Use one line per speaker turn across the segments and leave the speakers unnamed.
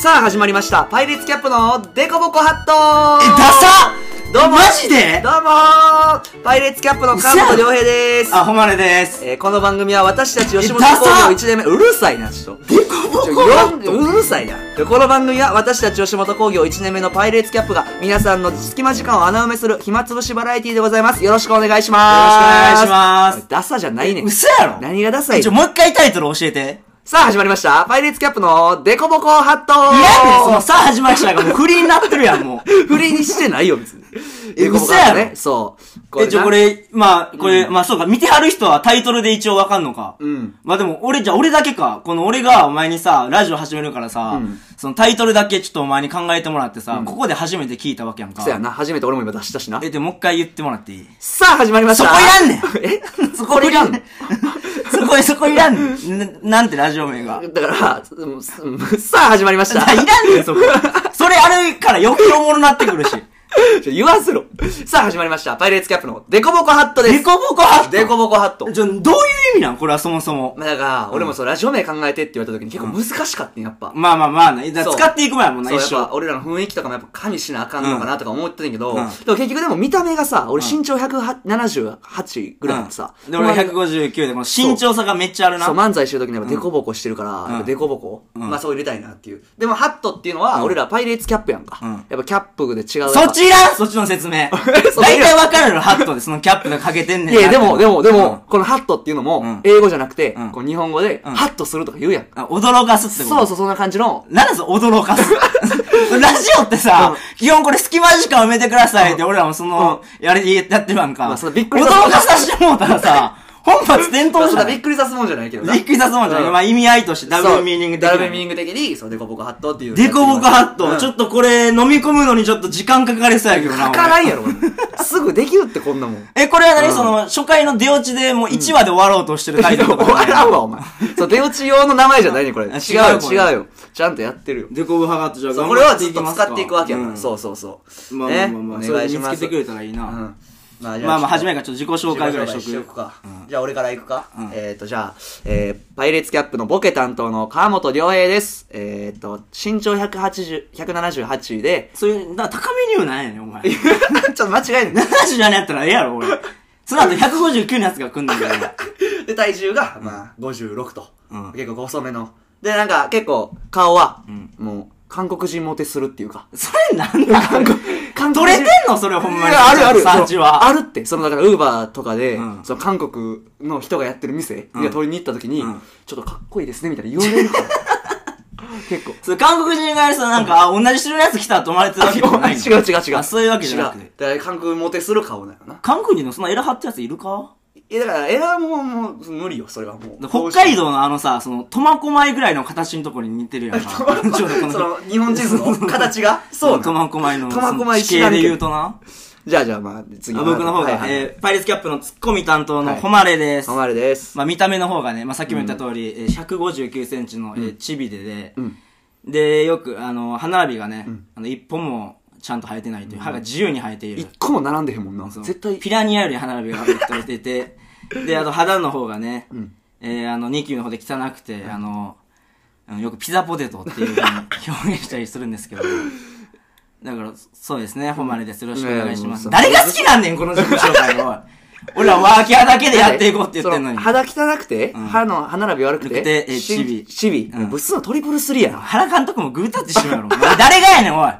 始まりました。パイレーツキャップのデコボコハット
え、ダサ
どうも
マジで
どうもーパイレーツキャップの関本良平です。
あ、ほまれです。
えーこの番組は私たち吉本
えダサ
興業1年目、うるさいな、ちょっと。
デコボ
ちょよんうるさいな。でこの番組は私たち吉本興業1年目のパイレーツキャップが皆さんの隙間時間を穴埋めする暇つぶしバラエティでございます。よろしくお願いします。
よろしくお願いします
ダサじゃないねん。
嘘やろ
何がダサい
ちょ、もう一回タイトル教えて。
さあ始まりました。パイレーツキャップのデコボコハット
いやねんそのさあ始まりましたが、もう不倫になってるやん、も う。
振りにしてないよ、別に。
え 嘘やろ
そう。
え、ちょ、こ。れ、まあ、これ、まあ、そうか、見てはる人はタイトルで一応わかんのか。
うん。
まあでも、俺、じゃあ俺だけか。この俺がお前にさ、ラジオ始めるからさ、
うん
そのタイトルだけちょっとお前に考えてもらってさ、ここで初めて聞いたわけやんか。
そうやな、初めて俺も今出したしな。
え、で、もう一回言ってもらっていい
さあ始まりました。
そこいらんねん
え そこいらん
そこ、そこいらんねん。ななんてラジオ名が。
だから、うんうんさあ始まりました
あ。いらんねん、そこ。それあるから余計おもろなってくるし。
ちょ言わせろ。さあ始まりました。パイレーツキャップのデコボコハットです。
デコボコハット
デコボコハット。
じゃ、どういう意味なんこれはそもそも。
まあだから、俺もそう、ラジオ名考えてって言われた時に結構難しかったんやっぱ。
まあまあまあね。だ
そう
使っていくもんやもんな、
そう
一
やっ
生
ぱ。俺らの雰囲気とかもやっぱ加味しなあかんのかなとか思ってたんやけど、
うん
でも結局でも見た目がさ、俺身長178ぐらいでさ、
うんで、俺159で、この身長差がめっちゃあるな
そう、。漫才してる時にやっぱデコボコしてるから、やっぱデコボコ、
ん
まあそう入れたいなっていう。でもハットっていうのは、俺らパイレーツキャップやんか。
うん
やっぱキャップで違う。。
そっちいらんそっちの説明
そっちいらん
大体わかるの、ハットで、そのキャップがかけてんね
い
んな。
や、でも、でも、でも、
うん
このハットっていうのも
ん、
英語じゃなくて、
うん
こう日本語で、
ん
ハットするとか言うやん。
あ驚かすってこと
そうそう、そんな感じの、
なんだその驚かす。 ラジオってさ、基本これ隙間時間埋めてくださいって、俺らもその、やれ、やってるやんか。
まあそのびっくり
驚
させ
かさせてもうたらさ、本末転
まあ
倒
そ
じ
ん
ゃ
な
な
びっ
い
くりさすもんじゃないけどな。
びっくりさせもんじゃ
う
なんいまあ意味合いとして、ダブルミーニング
的ダ
的に
ブルミーニング的に、そう、デコボコハットっていう。
デコボコハット、
うん
ちょっとこれ飲み込むのにちょっと時間かかりそうやけどな。
か
俺
からんやろ、俺すぐできるってこんなも ん。
え、これは何、
うん
その、初回の出落ちでもう1話で終わろうとしてるタイトル とか、
笑うわ、お前。そう、出落ち用の名前じゃないね、これ。違う
あ違う
よ、
これ
違うよ。ちゃんとやってるよ。
デコボコハットじゃあ
そう
頑
これは
張って
ず
い
っ
き
と
ますか。
使っていくわけやから、
ん
そうそうそう。
まあまあまあまあ、
ね
そ
お願
れ
いし
見つ
ま
け
す。
てくれたらいいな。
うんまあじゃ
まあまあ、初め
か
からちょっと自己紹介ぐらいしと
しとく
く。、
か。じゃあ俺から行くか。えっ、と、じゃあ、えー、パイレーツキャップのボケ担当の川本良平です。えっ、と、身長180、178で
そういう、だから高めに言うなんやねん、お前。
ちょっと間違えない。
70じゃねやったらええやろ、俺。その後159のやつが来んねんから。
で、体重が、まあ、56と。
うん
結構細めの。で、なんか、結構、顔は、もう、韓国人モテするっていうか。
それなんなん
韓
取れてんのそれほんまに。
いやあ るある。
サーチは。
あるって。その、だから、ウーバーとかで、
うん
その、韓国の人がやってる店、
うん
いや、取りに行った時に、
うん
ちょっとかっこいいですね、みたいな言われる から。結構。
そう、韓国人がやるとなんか、あ、同じ種のやつ来たと思われてるわけじゃないの。
違う違う違う。
あそういうわけじゃなくて
違うだから、韓国モテする顔なのな。
韓国人のそんなエラ張ったやついるか
いや、だから、エラもう、もう、無理よ、それはもう。
北海道のあのさ、その、苫小牧ぐらいの形のところに似てるやん か。ちょうどこ
その、日本地図の形が そうなの
苫小牧の、
苫小牧
その地形で言うとな。
じゃあじゃあ、まあ、次
あ僕の方が、
はいはい
えーパイレーツキャップのツッコミ担当
は
の
い
誉れです。
おまれです。
まあ見た目の方がね、まあさっきも言った通り、えー159センチの、えーチビでで、
うん
で、よく、あの、歯並びがね、あの、一本もちゃんと生えてないという、歯が自由に生えている
一。個も並んでへんもんな。
そう
絶対、
ピラニアより歯並びが生えてい て、で、あと肌の方がね、えーあの、ニキビの方で汚くて、あの、あのよくピザポテトっていうふうに表現したりするんですけど、だから、そうですね、誉れです。よろしくお願いしま
う
す。
ん
誰が好きなんねん、この自己紹介を。俺らワーキャーだけで やっていこうって言ってんのに
そ。肌汚くて、歯の歯並び悪くて、
悪くてえー
し
チビ
チビ。
うん
物質のトリプルスリーやな。
原監督もグータッチしろやろ。お前誰がやねん、おい。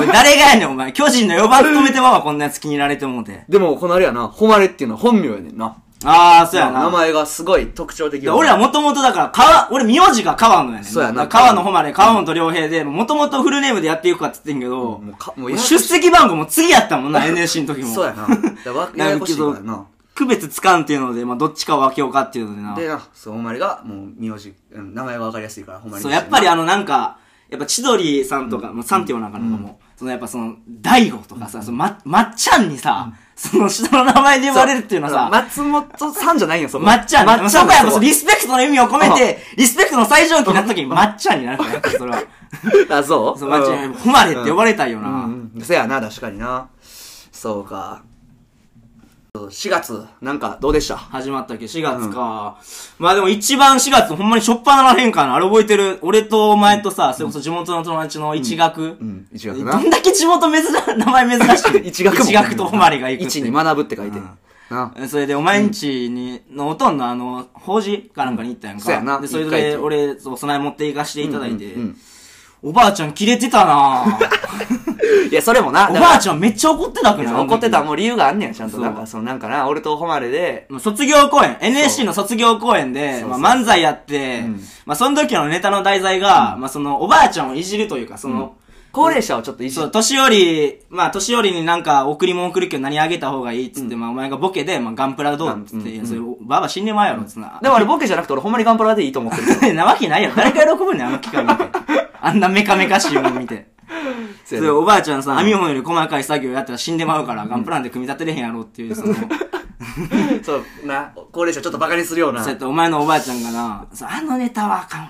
おい誰がやねん、お前。巨人の4番務めてまうわ、こんなやつ気に入られてもうて。
でも、このあれやな、誉れっていうのは本名やねんな。
あー、そうや
名
な。
前がすごい特徴的
で俺はもともとだから、川、俺名字が川野やねん。
そうやな
だから川野誉れ、川本良平で、もともとフルネームでやっていくかって言ってんけど、
もうかも
も
う
う
ややこしい
出席番号も次やったもんな、NSC の時 も。
そうやな。だからわややこしいからな。
区別つかんっていうので、まあどっちかを分けようかっていうのでな。
でな、そう、お前が、もう、名字、うん名前がわかりやすいから、ほんまに。
そう、やっぱりあのなんか、やっぱ千鳥さんとか、まあ、さんっていうのかなも、そのやっぱその、大悟とかさ、そのま、まっちゃんにさ、その人の名前で呼ばれるっていうのはさ、
松本さんじゃないよ、そこ
まっちゃん、
まっち
そ
ゃん
こはやっぱ
そ
そ
こ
のリスペクトの意味を込めて、リスペクトの最上級になった時にまっちゃんになるから、やっぱそれは。
あ、そう
そう、まっちゃん、誉れって呼ばれたいよな。
うんうん、せやな、確かにな。そうか。 4月、なんかどうでした
始まったっけ ?4 月か、まあでも一番4月、ほんまにしょっぱならへんかな。あれ覚えてる。俺とお前とさ、それこそ地元の友達の一学。
うん、1
ど
学な。
んだけ地元珍、 名前珍しい。
一学も。
一学とおまりが行くって
一
いう
に学ぶって書いてる。な。
それで、お前んちに、のおとんのあの、法事かなんかに行ったやんか。
そうやな
で、それ
一回
で、
行っ
俺、そうお供え持って行かしていただいて、
うんうん
おばあちゃんキレてたな ぁ
いや、それもな、だ
お
か
ば
ら
あちゃんめっちゃ怒ってたく
い
ない
や怒って
あ
た
の
もう理由があんねや、ちゃんと。
そう
なんか、そのなんかな、俺と誉れで、
時卒業公演、NSC の卒業公演
そう
で、
そう
まあ、漫才やって、
うん
まあ、その時のネタの題材が、まあ、その、おばあちゃんをいじるというか、その、
高齢者をちょっといじ
そう、
っ
年寄り、まあ、年寄りになんか、贈り物贈るけど何あげた方がいいっつって、まあ、お前がボケで、まあ、ガンプラどうっつって、いやそれ、ばあば死んでまうやろ、つってな。
でもあれボケじゃなくて俺ほんまにガンプラでいいと思ってる。
なわけないやろ。誰が喜ぶねん、あの企画見て。あんなメカメカしいもん見て。
そ
そ
う
れ
やな
おばあちゃんさ、編み物より細かい作業やったら死んでまうから、ガンプランで組み立てれへんやろっていう、その、そう
そう、な、高齢者ちょっとバカにするような。
やってお前のおばあちゃんがな、そうあのネタ はあかんわ。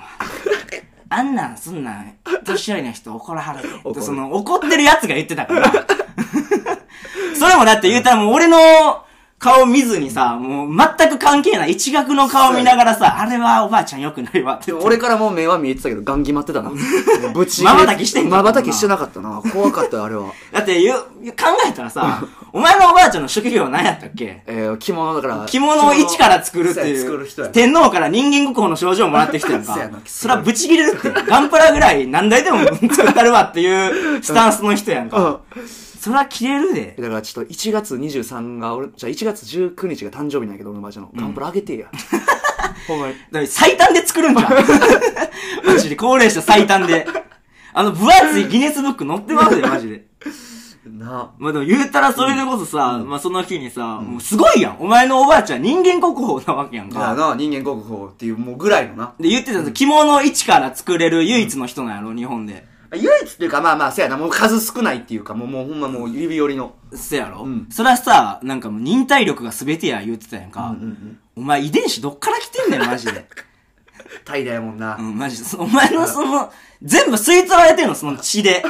あんなん、そんなん、年寄りの人怒らはるで。
怒
で、
る
その、怒ってるやつが言って たから。それもだって言うたらもう俺の顔見ずにさ、もう全く関係ない一学の顔見ながらさ、あれはおばあちゃん良くないわって
で
言っ
も俺
て。
からもう目は見えてたけど、ガン決まって たな。ぶち切れ
瞬きしてんか
まばたきしてなかったな。怖かったよ、あれは。
だって言う、言う考えた らさ、お前のおばあちゃんの職業何やったっけ
えー、着物だから。
着物を一から作るって
そうや作る人
い
や
う。天皇から人間国宝の賞状をもらってきたやん
そうやな
か。そらブチ切れるって。ガンプラぐらい何台でも作ったるわっていうスタンスの人や ん
うん
か。。そら切れるで。
だからちょっと1月23が俺、じゃあ1月19日が誕生日なんやけど、俺のばあちゃんの。ガンプラあげてや。 ほんまに。
だから 最短で作るんじゃん。マジで高齢者最短で。あの分厚いギネスブック載ってますよ、マジで。
な
まあでも言うたらそれでこそさ、まあその日にさ、もうすごいやん。お前のおばあちゃん人間国宝なわけやんか。
あな人間国宝っていうもうぐらいのな。
で、言ってたんですよ着物を一から作れる唯一の人なんやろ、日本で。
唯一っていうか、まあまあ、せやな、もう数少ないっていうか、もうもうほんまもう指折りの。
せやろ、
うん
それはさ、なんかもう忍耐力が全てや言ってたやんか。
うんうんうん
お前遺伝子どっから来てんねん、マジ で。
怠惰やもんな。
うん、マジで。そのお前のその、全部吸い取られてんの、その血で。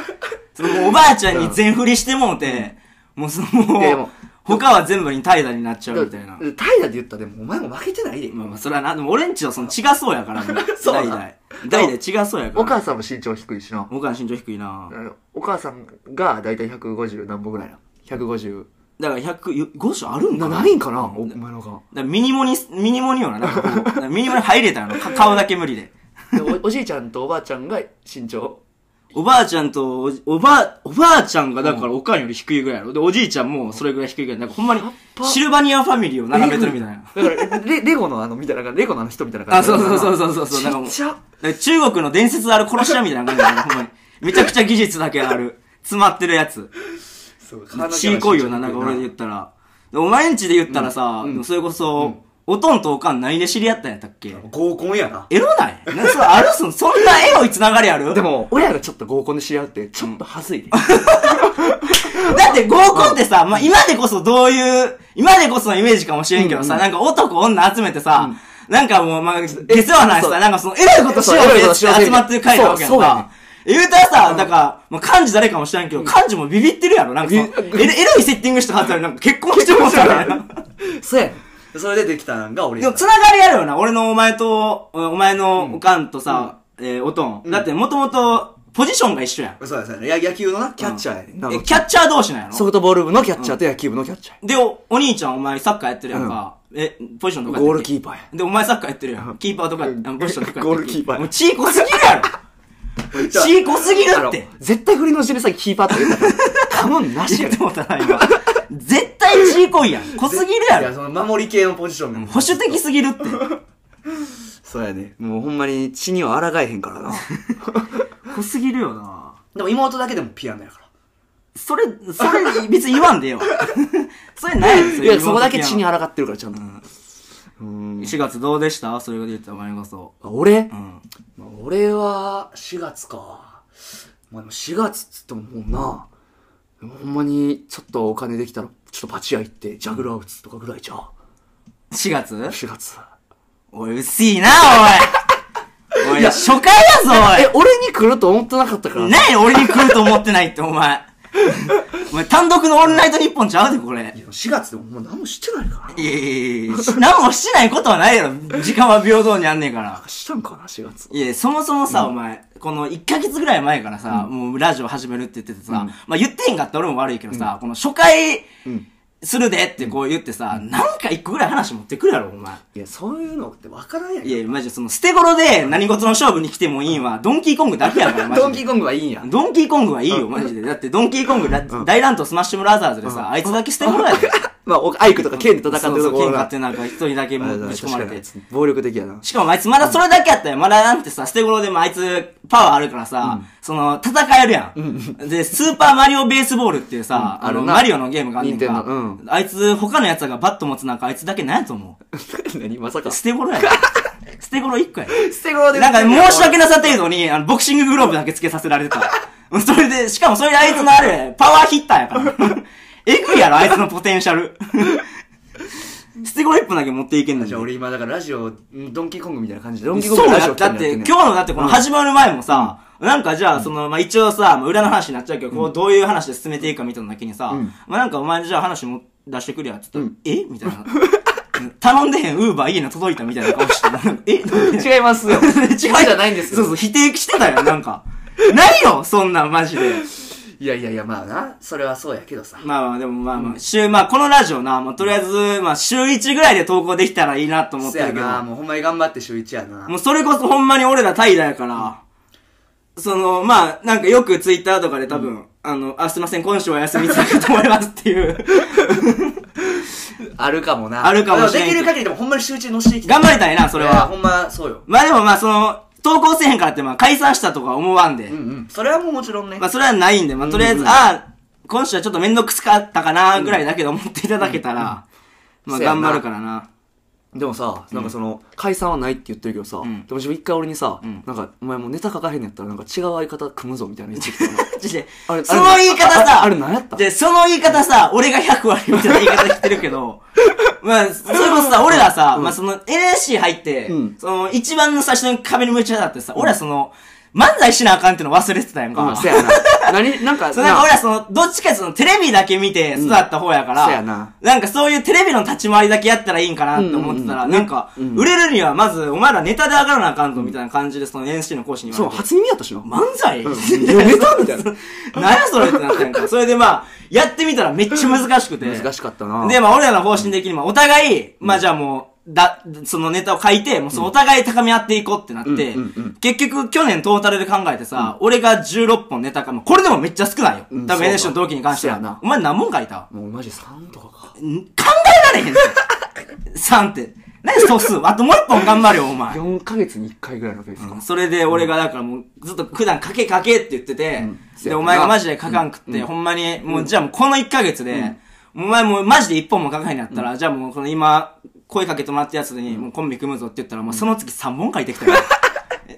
そのもうおばあちゃんに全振りしてもうて、もうその
いやで
もう
も、
他は全部に怠惰になっちゃうみたいな。
怠惰って言ったらでもお前も負けてないで。
まあまあ、それはな、でも俺んちはその血がそうやから、もう
そうな
代々。代々血がそうやから。
お母さんも身長低いしな。
僕は身長低いな
あのお母さんがだいたい150何本ぐらいな。150。
だから100、5種あるん
な、
かな
ないんかなおお前のが。
だからミニモに、ミニモによな、なんかこうだからミニモに入れたの、か顔だけ無理で。
でおおじいちゃんとおばあちゃんが身長。
おばあちゃんとおじ、おばあ、おばあちゃんがだからおかんより低いぐらいやろ。で、おじいちゃんもそれぐらい低いぐらい。なんかほんまに
ぱ、
シルバニアファミリーを並べてるみたいな。
だから、レレゴのあの、みたいな感じ、レゴのあの人みたいな感
あ、
じ。
そうそうそうそうそうそう。なんかもう
ちっちゃ
だから中国の伝説ある殺し屋みたいな感じだよね、ほんまに。めちゃくちゃ技術だけある。詰まってるやつ。
そう
ちいこいよな、なんか俺で言ったら。でお前んちで言ったらさ、
うん
でもそれこそ、おとんとおかん何で知り合ったんやったっけ
合コンやな。
エロないなそれあるそんそんなエロいつながりある
でも、親がちょっと合コンで知り合うって、ちょっと恥ずいね。
だって合コンってさ、まあ、今でこそどういう、今でこそのイメージかもしれんけどさ、なんか男女集めてさ、なんかもう、まあ、下世話ないし
そう
さ、なんかその、エロいことしよう
そうエロい
ぜ
こと
っ
しよう
て
ぜ
集まってる会なわけやん
そうそうやね
か。言うたらさ、だから、まあ、漢字誰かも知らんけど、漢字もビビってるやろ、なんかさ、エロエロいセッティングしたはずやのになんか結婚してもうたから。
そうやねんそれでできたんが俺
でも、つながりあるよな。俺のお前と、おお前のおかんとさ、えー、おとん。だって、もともと、ポジションが一緒やん。
そうですね。や野球のな、キャッチャーやねんな。
え、キャッチャー同士なんやろ
ソフトボール部のキャッチャーと野球部のキャッチャ
で、お、お兄ちゃんお前サッカーやってるやんか。え、ポジション
ー。
とかやったっけ
ゴールキーパーや。
で、お前サッカーやってるやん。キーパーとか、あ
うん
のポジションとかや
ゴ
ったっけ。
ールキーパー
もうチーコすぎるやろチーコすぎる
あ
っ
の
て。
絶対振りの後ろにさ、キーパーって言ったから、頼んなしや
言っ
ね
てもうたな、今。絶対チーコいやん。濃すぎるや
いや、
ろ。
その守り系のポジションが。
保守的すぎるって。
そうやね。もうほんまに血には抗えへんからな。
濃すぎるよな
でも妹だけでもピアノやから。
それ、それ、別に言わんでええわ。 それない
いや、そこだけ血に抗ってるから、ちゃんと。うん。
4月どうでしたそれが言ってお前こそ。
あ俺
うん。
まあ俺は、4月か。まあ、でも4月っつってももうな、でもほんまに、ちょっとお金できたら、ちょっとパチ屋行って、ジャグラー打つとかぐらいじゃん。
4月
4月。
おい、薄いな、おい。 おい、初回やぞ、おい
え。、俺に来ると思ってなかったから。
何俺に来ると思ってないって、お前。 お前単独のオールナイト日本ちゃうで、これ。
4月でももう何もしてないからない
やいやいやいや何もしてないことはないやろ。時間は平等にあんねんから。
したんかな4月
いや、そもそもさ、お前、この1ヶ月ぐらい前からさ、もうラジオ始めるって言っててさ、まあ言ってへんかった俺も悪いけどさ、この初回するでってこう言ってさ、なんか1個ぐらい話持ってくるやろ、お前。
いやそういうのって分からんやん
いやいや、マジでその捨て頃で何事の勝負に来てもいいんは、ドンキーコングだけやから、マジで。
ドンキーコングはいいんや
ドンキーコングはいいよ、マジで。だって、ドンキーコング、ら大乱闘スマッシュブラザーズでさ、あいつだけ捨 て頃やで。
まあおアイクとか剣で戦ってる
そう
と
そう
ころ
剣買っ
が
てなんか一人だけもうぶち込ま
確かに
れ
あ
て
い。つ暴力的やな
しかもあいつまだそれだけやったよ。まだなんてさ、捨て頃でもあいつパワーあるからさ、その、戦えるやん。で、スーパーマリオベースボールっていうさ、
うん
あの、
あるな
マリオのゲームがあんねんか、
任天堂うん
あいつ他のやつがバット持つなんかあいつだけなんやと思う。
何まさか
捨て頃やん。 捨て頃一個やん。
捨て頃
なんか申し訳なさ程度に、あの、ボクシンググローブだけつけさせられてた。うんそれで、しかもそれであいつのあれ、パワーヒッターやから。えぐいやろ、あいつのポテンシャル。捨て頃一本だけ持っていけんのに
じゃあ。俺今だからラジオんドンキーコングみたいな感じでドンキーコング
そう
のラ
だ
ジオ
よ。だって、
みたいな
今
や
日のだってこの始まる前もさ、なんかじゃあ、その、まあ、一応さ、まあ、裏の話になっちゃうけど、こう、どういう話で進めていいかみたいな時にさ、まあ、なんかお前じゃあ話も出してくれやって言ったら、えみたいな。頼んでへん、ウーバーいいな届いたみたいな顔して、なんかえ
って ね違いますよ
違う
違うじゃないんですよ
そうそう、否定し てたよ、なんか。ないよ、そんなん、マジで。
いやいやいやまあなそれはそうやけどさ
まあまあ、でもまあまあ、週、まあ、このラジオな、まあ、とりあえず、まあ、週1ぐらいで投稿できたらいいなと思っ
そ
てる
や
けど。
なもうほんまに頑張って週一やな
もうそれこそほんまに俺ら怠惰やから、その、まあ、なんかよくツイッターとかで多分、あの、あ、すいません、今週はお休みいただくと思いますっていう、
あるかもな
あるかもしれんけ
で
ど
きる限りでもほんまに週一に乗せていきたい
頑張りたいな、それ
いや
は。
ほんまそうよ
まあでもまあ、その、投稿せえへんからって、まあ、解散したとか思わんで、
うんうんそれはもうもちろんね
まあ、それはないんで、まあ、とりあえず、ああ、今週はちょっとめんどくさかったかな、ぐらいだけど思っていただけたら、
うん
まあ、
せやな
頑張るからな。
でもさ、なんかその、解散はないって言ってるけどさ、
ん
でも自分一回俺にさ、
ん
なんか、お前もうネタ書かへんのやったら、なんか違う相方組むぞみたいな言ってきた の
ちょちょ
あれ
その言い方さ、
ああれ何やった
で、その言い方さ、俺が100割みたいな言い方してるけど、 まあ、それこそさ、俺らさ、まあその NSC 入って、
うん
その一番の最初の壁に向いちゃってさ、俺らその、漫才しなあかんっての忘れてたやんか。
うん、せや な。何、なんか、
そうなんか俺はその、どっちかそのテレビだけ見て育った方やか
うん
ら、
そうやな
なんかそういうテレビの立ち回りだけやったらいいんかなって思ってたら、
うんうんうん
なんか、
うん
売れるにはまず、お前らネタで上がらなあかんぞみたいな感じで、その NSC の講師に言
そう、
われて。
初耳やったしな。
漫才、
うん いやネタみたいな。
何やそれってなったんやんか。それでまあ、やってみたらめっちゃ難しくて。
難しかったな。
で、まあ俺らの方針的にもお互い、まあじゃあもう、だ、そのネタを書いて、もうそのお互い高め合っていこうってなって、
うんうんうん
結局去年トータルで考えてさ、俺が16本ネタか、もうこれでもめっちゃ少ないよ。
うんそ
多分
うだ
NSC の同期に関して
そうやな
は。お前何本書いた
もうマジ3とかか。
ん考えられへんぞ3って。何素数あともう1本頑張れよ、お前。
4ヶ月に1回ぐらいのペースか。
それで俺がだからもうずっと普段書け書けって言ってて、
んせ
で、
やな
お前がマジで書かんくって、ほんまに、もうじゃあもうこの1ヶ月で、お前もうマジで1本も書かへんやったら、じゃあもうこの今、声かけてもらったやつに、もうコンビ組むぞって言ったら、もうその月3本書いてきたよ。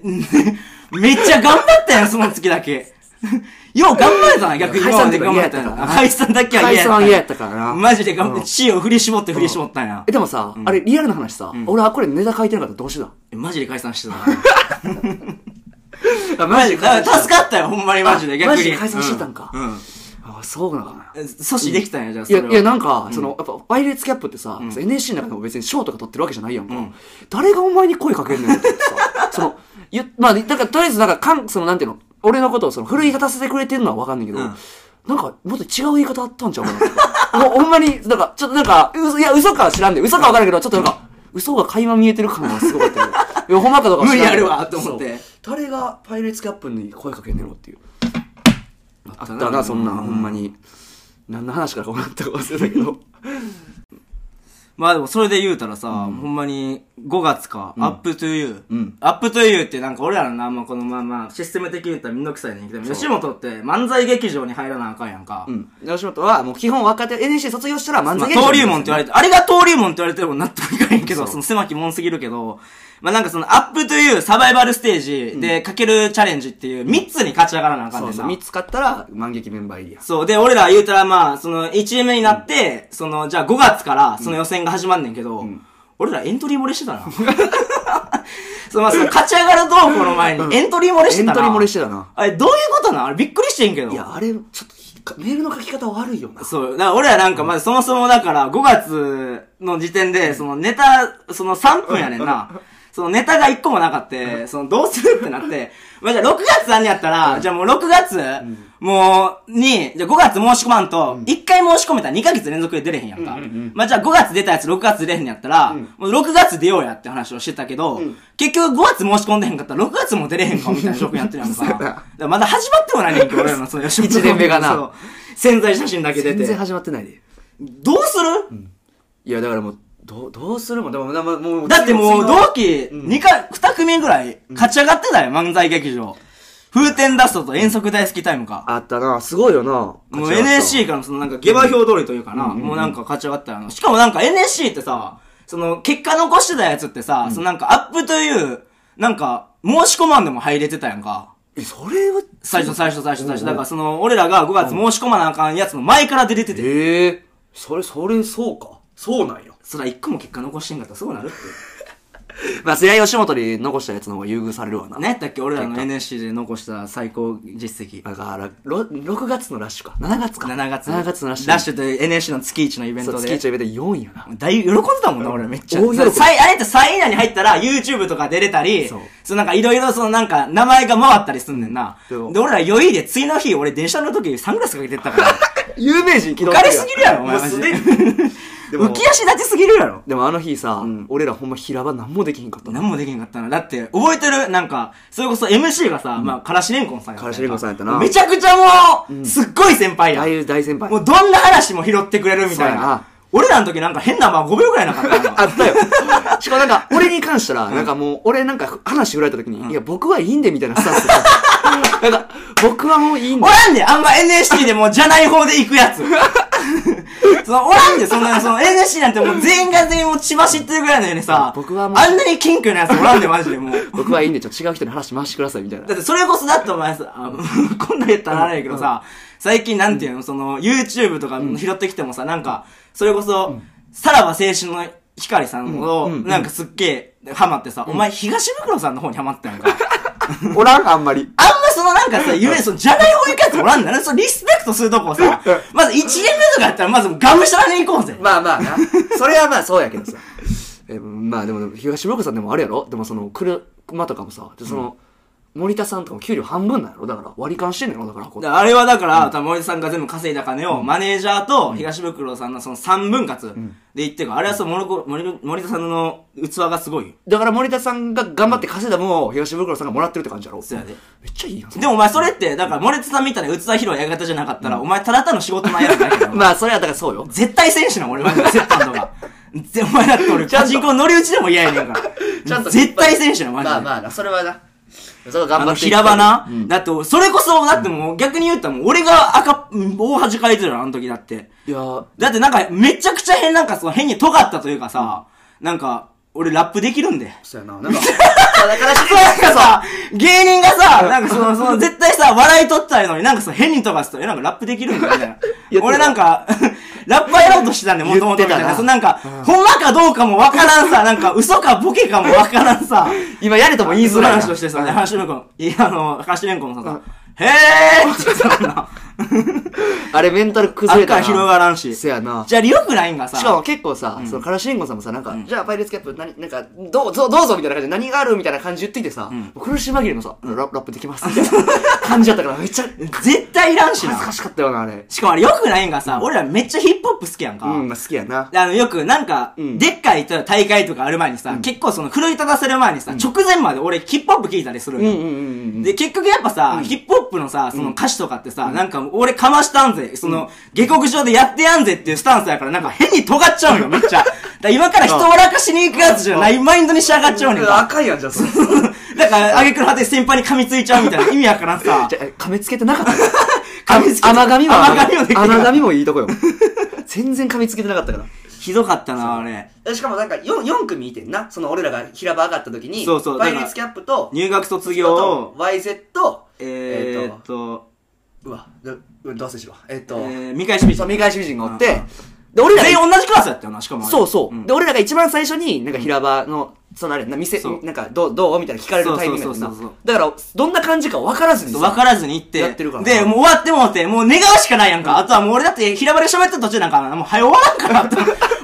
めっちゃ頑張ったやん、その月だけ。 よう頑張れたな、逆に
解
今ま
散
で
とか
頑
嫌やっ
張っ
たたから
な。解散だけは
解
嫌やっ
散
たな。
は嫌やったからな。
マジで頑
う
張っ
ん
て、地位を振り絞って振り絞ったんや
え、。でもさ、あれ、リアルな話さ、俺はこれネタ書いてなかったらどうして
えマジで解散してたな。
た
マジで、だから助
か
かったよ、ほんまにマジで、
あ
逆
マ
に。
ジで解散してたんか
うん。うん
あ、そうなのかな。
え阻止できたんや、じゃあ、
い
それ
や、
は。
いや、なんか、その、やっぱ、パイレーツキャップってさ、その NSC の中でも別に賞とか取ってるわけじゃないやんか。誰がお前に声かけんのよってさ、そ の、ゆまあ、だから、とりあえず、なんか、かん、その、なんていうの、俺のことを、その、奮い立たせてくれてるのはわかんないけど、
うん
なんか、もっと違う言い方あったんちゃうかなとか。 もう、ほんまに、なんか、ちょっとなんか、ういや、嘘かは知らんで、嘘かわからんけど、ちょっとなんか、嘘が垣間見えてる感がすごかったけど、いや、ほんまかどうかは
無
知
理
らん
あ
けど
るわ、と思って。
誰がパイレーツキャップに声かけんねやろっていう。あ
あ
ったな、そんなん、ほんま。に。何の話からこうなったか忘れたけど。
まあでも、それで言うたらさ、ほんまに、5月か、アップトゥーユー
ん。
アップトゥーユーってなんか俺らのな、まあこのまあまあ、システム的に言ったらめんどくさいねんけど、吉本って漫才劇場に入らなあかんやんか
う。ん。吉本は、もう基本若手、NSC 卒業したら漫
まあ、
才
登竜門って言われ
て。
て、あれが登竜門って言われても納得いかへんけど、
そう
その狭き門すぎるけど、まあなんかそのアップトゥーユーサバイバルステージでかけるチャレンジっていう3つに勝ち上がらなあかん
そ
ね
うんそ
な
う。見つかったら、万劇メンバー入りや。
そう。で、俺ら言うたら、まあ、その、1年目になって、その、じゃあ5月から、その予選が始まんねんけど、俺らエントリー漏れしてたな。 そう、まあ、その、勝ち上がる動向の前にエントリー漏れし
エ
て
ン
たな。
トリー漏れしてたな。
あれ、どういうことなんあれ、びっくりしてんけど。
いや、あれ、ちょっと、かメールの書き方悪いよな。
そう。だから俺らなんかまずそもそもだから5月の時点で、そのネタ、その3分やねんな。そのネタが1個もなかって、そのどうするってなって、まあじゃあ6月あんねやったら、じゃあもう6月、もう、に、じゃあ5月申し込まんと、1回申し込めたら2ヶ月連続で出れへんやんか。まあじゃあ5月出たやつ6月出れへんやったら、もう6月出ようやって話をしてたけど、結局5月申し込んでへんかったら6月も出れへんかもみたいな状況にな ってるやん
そ
か。
うや
だ
な
からまだ始まってもないねんけど、俺らのその吉本
一年目がな
そう 潜在写真だけ出
全
て。
然始まってないで。
どうする、
いや、だからもう、どう、どうするもん。でも、なまもう、
だっても
次
う
の
同期2か、二組ぐらい勝ち上がってたよ、漫才劇場。風天ダストと遠足大好きタイムか。
あったな、すごいよな。
もう NSC からのそのなんか下馬評通りというかな、もうなんか勝ち上がったよな。しかもなんか NSC ってさ、その結果残してたやつってさ、そのなんかアップという、なんか申し込まんでも入れてたやんか。
え、それは、
最初最初最初最初。だからその俺らが5月申し込まなあかんやつの前から出れてて。
ええそれ、それ、そうか。
そうなんよ。
そら一個も結果残してんかったらそうなるって。
まあ、そりゃ吉本に残したやつの方が優遇されるわな。
何やったっけ俺らの NSC で残した最高実績。
だから、ろ6月のラッシュか。7月か。
7月。
7月のラッシュ。
ラッシュという NSC の月一のイベン
そ
ト
う、月
で
一。イベント4位やな。
大喜んでたもんな、俺めっちゃ。
大喜び
さいあれって3位以内に入ったら YouTube とか出れたり、
そう
そうなんかいろいろそのなんか名前が回ったりすんねんな。で、
でも
俺ら余いで次の日俺電車の時サングラスかけてったから。
有名人昨日
浮かれすぎるやろ、お前
もう
マジ
す
で。
でにでも
浮き足立ちすぎるやろ。
でもあの日さ、俺らほんま平場何もできひんかったな。
何もできんかったな。だって、覚えてるなんか、それこそ MC がさ、まあ、からしれんこんさんやったやんか
からしれんこんさんやったな
めちゃくちゃもう、すっごい先輩やん
大大先輩。
もうどんな話も拾ってくれるみたい
そうや
な
な。
俺らの時なんか変なまあ5秒ぐらいなか ったの
あったよ。しかもなんか、俺に関したら、なんかもう、俺なんか話振られた時に、いや、僕はいいんで、みたいなスタンスでさなん か、僕はもういいん
お
で。
らんで、あんま NSC でもうじゃない方で行くやつ。 そのおらんで、そんな、その NSC なんてもう全員が全員もう血走ってるぐらいのよにさ、
僕はもう
あんなに謙虚なやつおらんで、マジ でもう。
僕はいいんで、ちょっと違う人に話回してください、みたいな
だ。ってそれこそだってお前さ、あ こんなん言ったらあれやけどさ、最近なんていうの、その YouTube とか拾ってきてもさ、なんか、それこそ、さらば青春の光さんを、なんかすっげえハマってさ、お前東袋さんの方にハマったやんか。
おらんあんまり。
あんまそのなんかさ、夢、その、じゃない方行くやつおらんだね。そのリスペクトするとこをさ、まず1年目とかやったら、まずがむしゃらに行こうぜ。
まあまあな。それはまあそうやけどさ。えまあでも、東村さんでもあれやろでもその、車とかもさ、でその、森田さんとかも給料半分なんやろだから、割り勘してんねやろだから、こう
だからあれはだから、多分森さんが全部稼いだ金を、マネージャーと東袋さんのその3分割で言ってるから、あれはその森子森森田さんの器がすごいよ。
だから森田さんが頑張って稼いだ分を東袋さんがもらってるって感じやろ
そうやで。
めっちゃいいやん。
でもお前それって、だから森田さんみたいな器広いやり方じゃなかったら、お前ただただの仕事前やつだけど。
まあ、それはだからそうよ。
絶対選手な俺マジでセッタンと か。ぜお前だって俺、
ちゃん
パ
と
チンコの乗り打ちでも嫌やねんから。
ちゃんと
絶対選手なマジで。
まあまあな、それはな。
それは
あ
頑張
の
って
平場な、だって、それこそ、だってもう逆に言ったらもう俺が赤、大恥かいてるよ、あの時だって。
いやー
だってなんか、めちゃくちゃ変、なんかその変に尖ったというかさ、なんか、俺ラップできるんで。
そうやな、なんか。だからし
そうなんかさ、芸人がさ、なんかその、その、絶対さ、笑い取ったのになんかその変に尖ってたら、え、なんかラップできるんだよ、みたい
言って
な。
た
俺なんか、 ラッパーやろうとしてたんで、もともとみた
言
い
ってた
な。
な
そのなんか、ほんまかどうかもわからんさ、なんか嘘かボケかもわからんさ。
今やれとも言いづらいな。
話をしてさ、で、ハシメンコン、いや、あの、ハシメンコンさんさ、へーって言ってたもんな。
あれメンタル崩れた
あっ
な。
から広がらんし
せやな。
じゃあ、良くないんがさ、
しかも結構さ、そのカラシンゴさんもさ、なんか、じゃあパイレーツキャップ、何、なんか、どうぞ、どうぞみたいな感じで、何があるみたいな感じ言ってきてさ、もう苦し紛れのさ、ララップできますみたいな感じだったから、めっちゃ
絶対いらんし
恥ず
な
か。しかったよな、あれ。
しかもあれ良くないんがさ、俺らめっちゃヒップホップ好きやんか。
うん、まあ好きやな。
であの、よく、なんか、
ん
でっかい大会とかある前にさ、結構その、奮い立たせる前にさ、直前まで俺、ヒップホップ聞いたりするんよ
うんうんうんうん
で、結局やっぱさ、ヒップホップのさ、その歌詞とかってさ、なんか、俺かましたんぜ、その、下克上でやってやんぜっていうスタンスやから、なんか変に尖っちゃうんよ、めっち ゃ。だから今から人を笑かしに行くやつじゃないマインドに仕上がっちゃうんよ。
赤いやん、じゃあ、それ。
だから、あげくの果て先輩に噛みついちゃうみたいな意味や からさ
じ、ゃあ、え噛みつけてなかったよ
噛みつけて
甘噛みは、
甘噛みもできてなかった
甘噛みもいい とこよ。全然噛みつけてなかったから。
ひどかったな、あれ。
えしかもなんか 4, 四組いてんな。その俺らが平場上がった時に、
そうそう
パイレーツキャップと、
入学卒
あ
業
と
を、
YZ と、
えーっ
と、
と、
うわ、どうどうせしろ。えーっ
え
と、
ー、見返し見
そう、
全
見
員
返し美人がおって、で、俺らが
同じクラスやったよな、しかもあれ。
そうそう、
ん
で、俺らが一番最初に、なんか平場の
そのあれやんな、店
そ、う
なんか、どう、どうみたいな聞かれるタイミングやん
そうそうそうそう
な。だから、どんな感じか分からずにさ。
分からずに行って。
やってるから
で、もう終わってもうて、もう願うしかないやんか。あとはもう俺だって平場で喋ってた途中なんか、もう早終わらんかなって。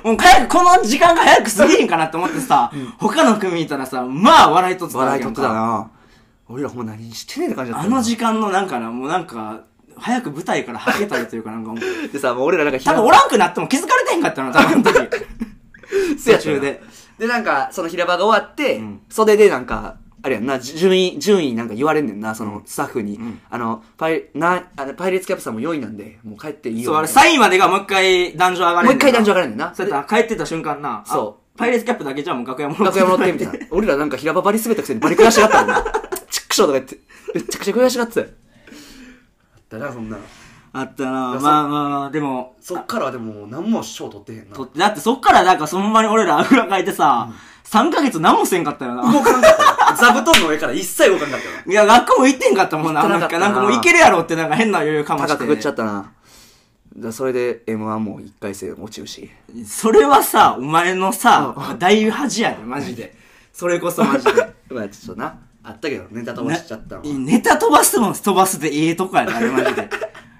もう早く、この時間が早く過ぎへんかなって思ってさ、他の組いたらさ、まあ笑いとってたわ
笑い
けや
取っ
んか
てたな俺らほんま何してねえって感じだった
あ
よな
の時間のなんかな、もうなんか、早く舞台からはけたりというかなんかもう、
でさ、もう俺らなんかひ
多
ら
分おらんくなっても気づかれてへんかったな、多分あの時。途中で。
で、なんか、その平場が終わって、袖でなんか、あれやんな、じ順位、順位なんか言われんねんな、そのスタッフに。あの、パイ、な、あの、パイレーツキャップさんも4位なんで、もう帰っていいよ。
そう、あれ
みたい
サインまでがもう一回壇上上が
な
れ
もう一回男女上が
が
れんねんな。
そうやったら帰ってた瞬間な、あ
そう
パイレーツキャップだけじゃもう楽屋戻っ
楽
て。
屋戻ってみたい な。俺らなんか平場バリ滑ったくせにバリ悔しがったもんな。チックショーとか言って、めっちゃくちゃ悔しがってたよ。
だな、そんな。
あったなま
や
あ
そ
まあまあ、でも、
そっからはでも、何も賞取ってへんな。
とだってそっからなんかそのまに俺ら裏変えてさ、3ヶ月何もせんかったよな。
動かんかった。 座布団の上から一切動かんかったよ
いや、学校も行ってんかったもんな。
行って
なん
なかった
か、な
なん
かもう行けるやろってなんか変な余裕かもし
高
れ
くくっちゃったな。だからそれで M1 も1回戦落ちるし。
それはさ、お前のさ、大恥やで、マジで。それこそマジで。
まあちょっとな。
あったけど、ネタ飛ばしちゃったのは。
ネタ飛ばすもん飛ばすでええとこやな、あれマジ で。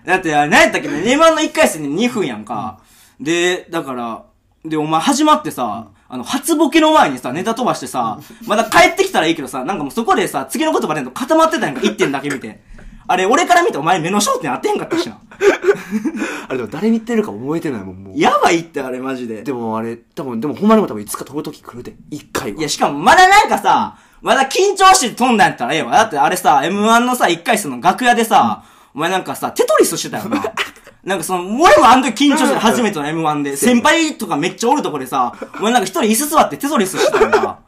だって、あれ何やったっけね、ネマの1回戦で2分やんか。で、だから、で、お前始まってさ、あの、初ボケの前にさ、ネタ飛ばしてさ、まだ帰ってきたらいいけどさ、なんかもうそこでさ、次の言葉でんの固まってたやんか、1点だけ見て。あれ、俺から見てお前目の焦点当てへんかったしな。
あれでも誰見てるか覚えてないもん、もう。
やばいって、あれマジで。
でもあれ、多分、でもほんまにも多分いつか飛ぶ時来るで。一回は。
いや、しかもまだなんかさ、まだ緊張して飛んだんやったらええわ。だってあれさ、M1 のさ、一回その楽屋でさ、お前なんかさ、テトリスしてたよな。 なんかその、俺もあの時緊張して初めての M1 で、先輩とかめっちゃおるとこでさ、お前なんか一人椅子座ってテトリスしてたよ な。で、だか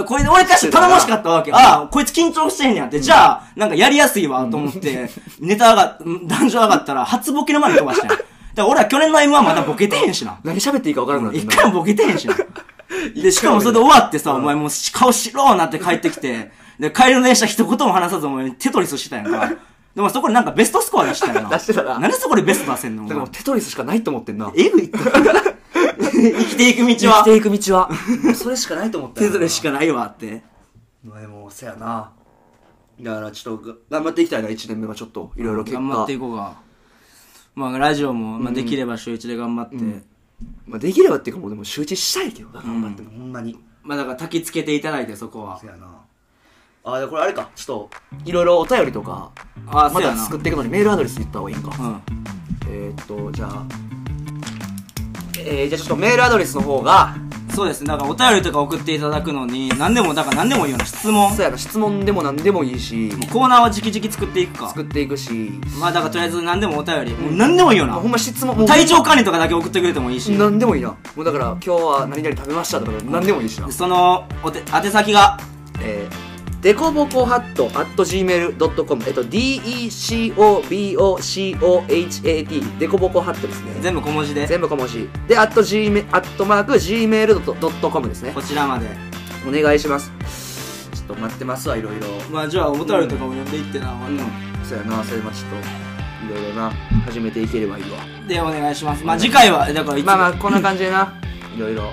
らこれで俺からして頼もしかったわけ。ああ、こいつ緊張してへんねやって。じゃあ、なんかやりやすいわ、と思って、ネタ上が、壇上上がったら、初ボケの前に飛ばしてん。だから俺は去年の M1 まだボケてへんしな。
何喋っていいか分からなくな
一
って
回もボケてへんしな。で、しかもそれで終わってさ、お前もう顔白ーなって帰ってきて、で、帰りの電車一言も話さずお前テトリスしてたやんか。でもそこでなんかベストスコア出してたよな。
出してたな
なんでそこでベスト出せんのお
だからも
前
うテトリスしかないと思ってんな。
えぐいって。 生きていく道
生き
は、
ていく道 は。
もうそれしかないと思ったよ
テ
な
トリスしかないわって。
まあでも、せやな。だから、ちょっとが、頑張っていきたいな、1年目はちょっと、いろいろ 結
頑張
果
って。いこうか。まあ、ラジオも、まあ、できれば週一で頑張って。
まあ、できればっていうかもうでも集中したいけどな。
頑張って、ほんまに。
まあ、だから焚き付けていただいて、そこは
せ。やな。あ、でこれあれか、ちょっ
いろいろお便りとか、
ああ、そ
ま
うや
だ
な。
作っていくのにメールアドレス言った方がいいんか。
うん。
えーっと、じゃあ。えー、じゃあちょっとメールアドレスの方が、
そうですね。だからお便りとか送っていただくのに、何でも、だから何でもいいような質問。も
そうやな、質問でも何でもいいし、
うコーナーはじきじき作っていくか。
作っていくし、
まあだからとりあえず何でもお便り。もう何でもいいよ
まあ
な
ほ。んま質問、もう
体調管理とかだけ送ってくれてもいいし。
何でもいいな。もうだから今日は何々食べましたとか何でもいいしな。
その、おて、宛先が、
えー、デコボコハット at gmail.com えっと DECOBOCOHAT デコボコハットですね
全部小文字で、
全部小文字で at gmail アットマーク gmail.com ですね
こちらまで。
お願いします
と、ちょっと待ってますわ、いろいろ。
まあじゃあお便りとかも呼んでいってな、ま
そうやなそれもちょっといろいろな始めていければいいわ
たで、お願いします。まあ次回は、だからいつも、
まあまあこんな感じでな
いろいろ、や
う
っ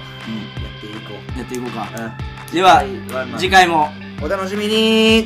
ていこ
んやっていこうか。
う。うん
では
はい、
次回も、
お楽しみに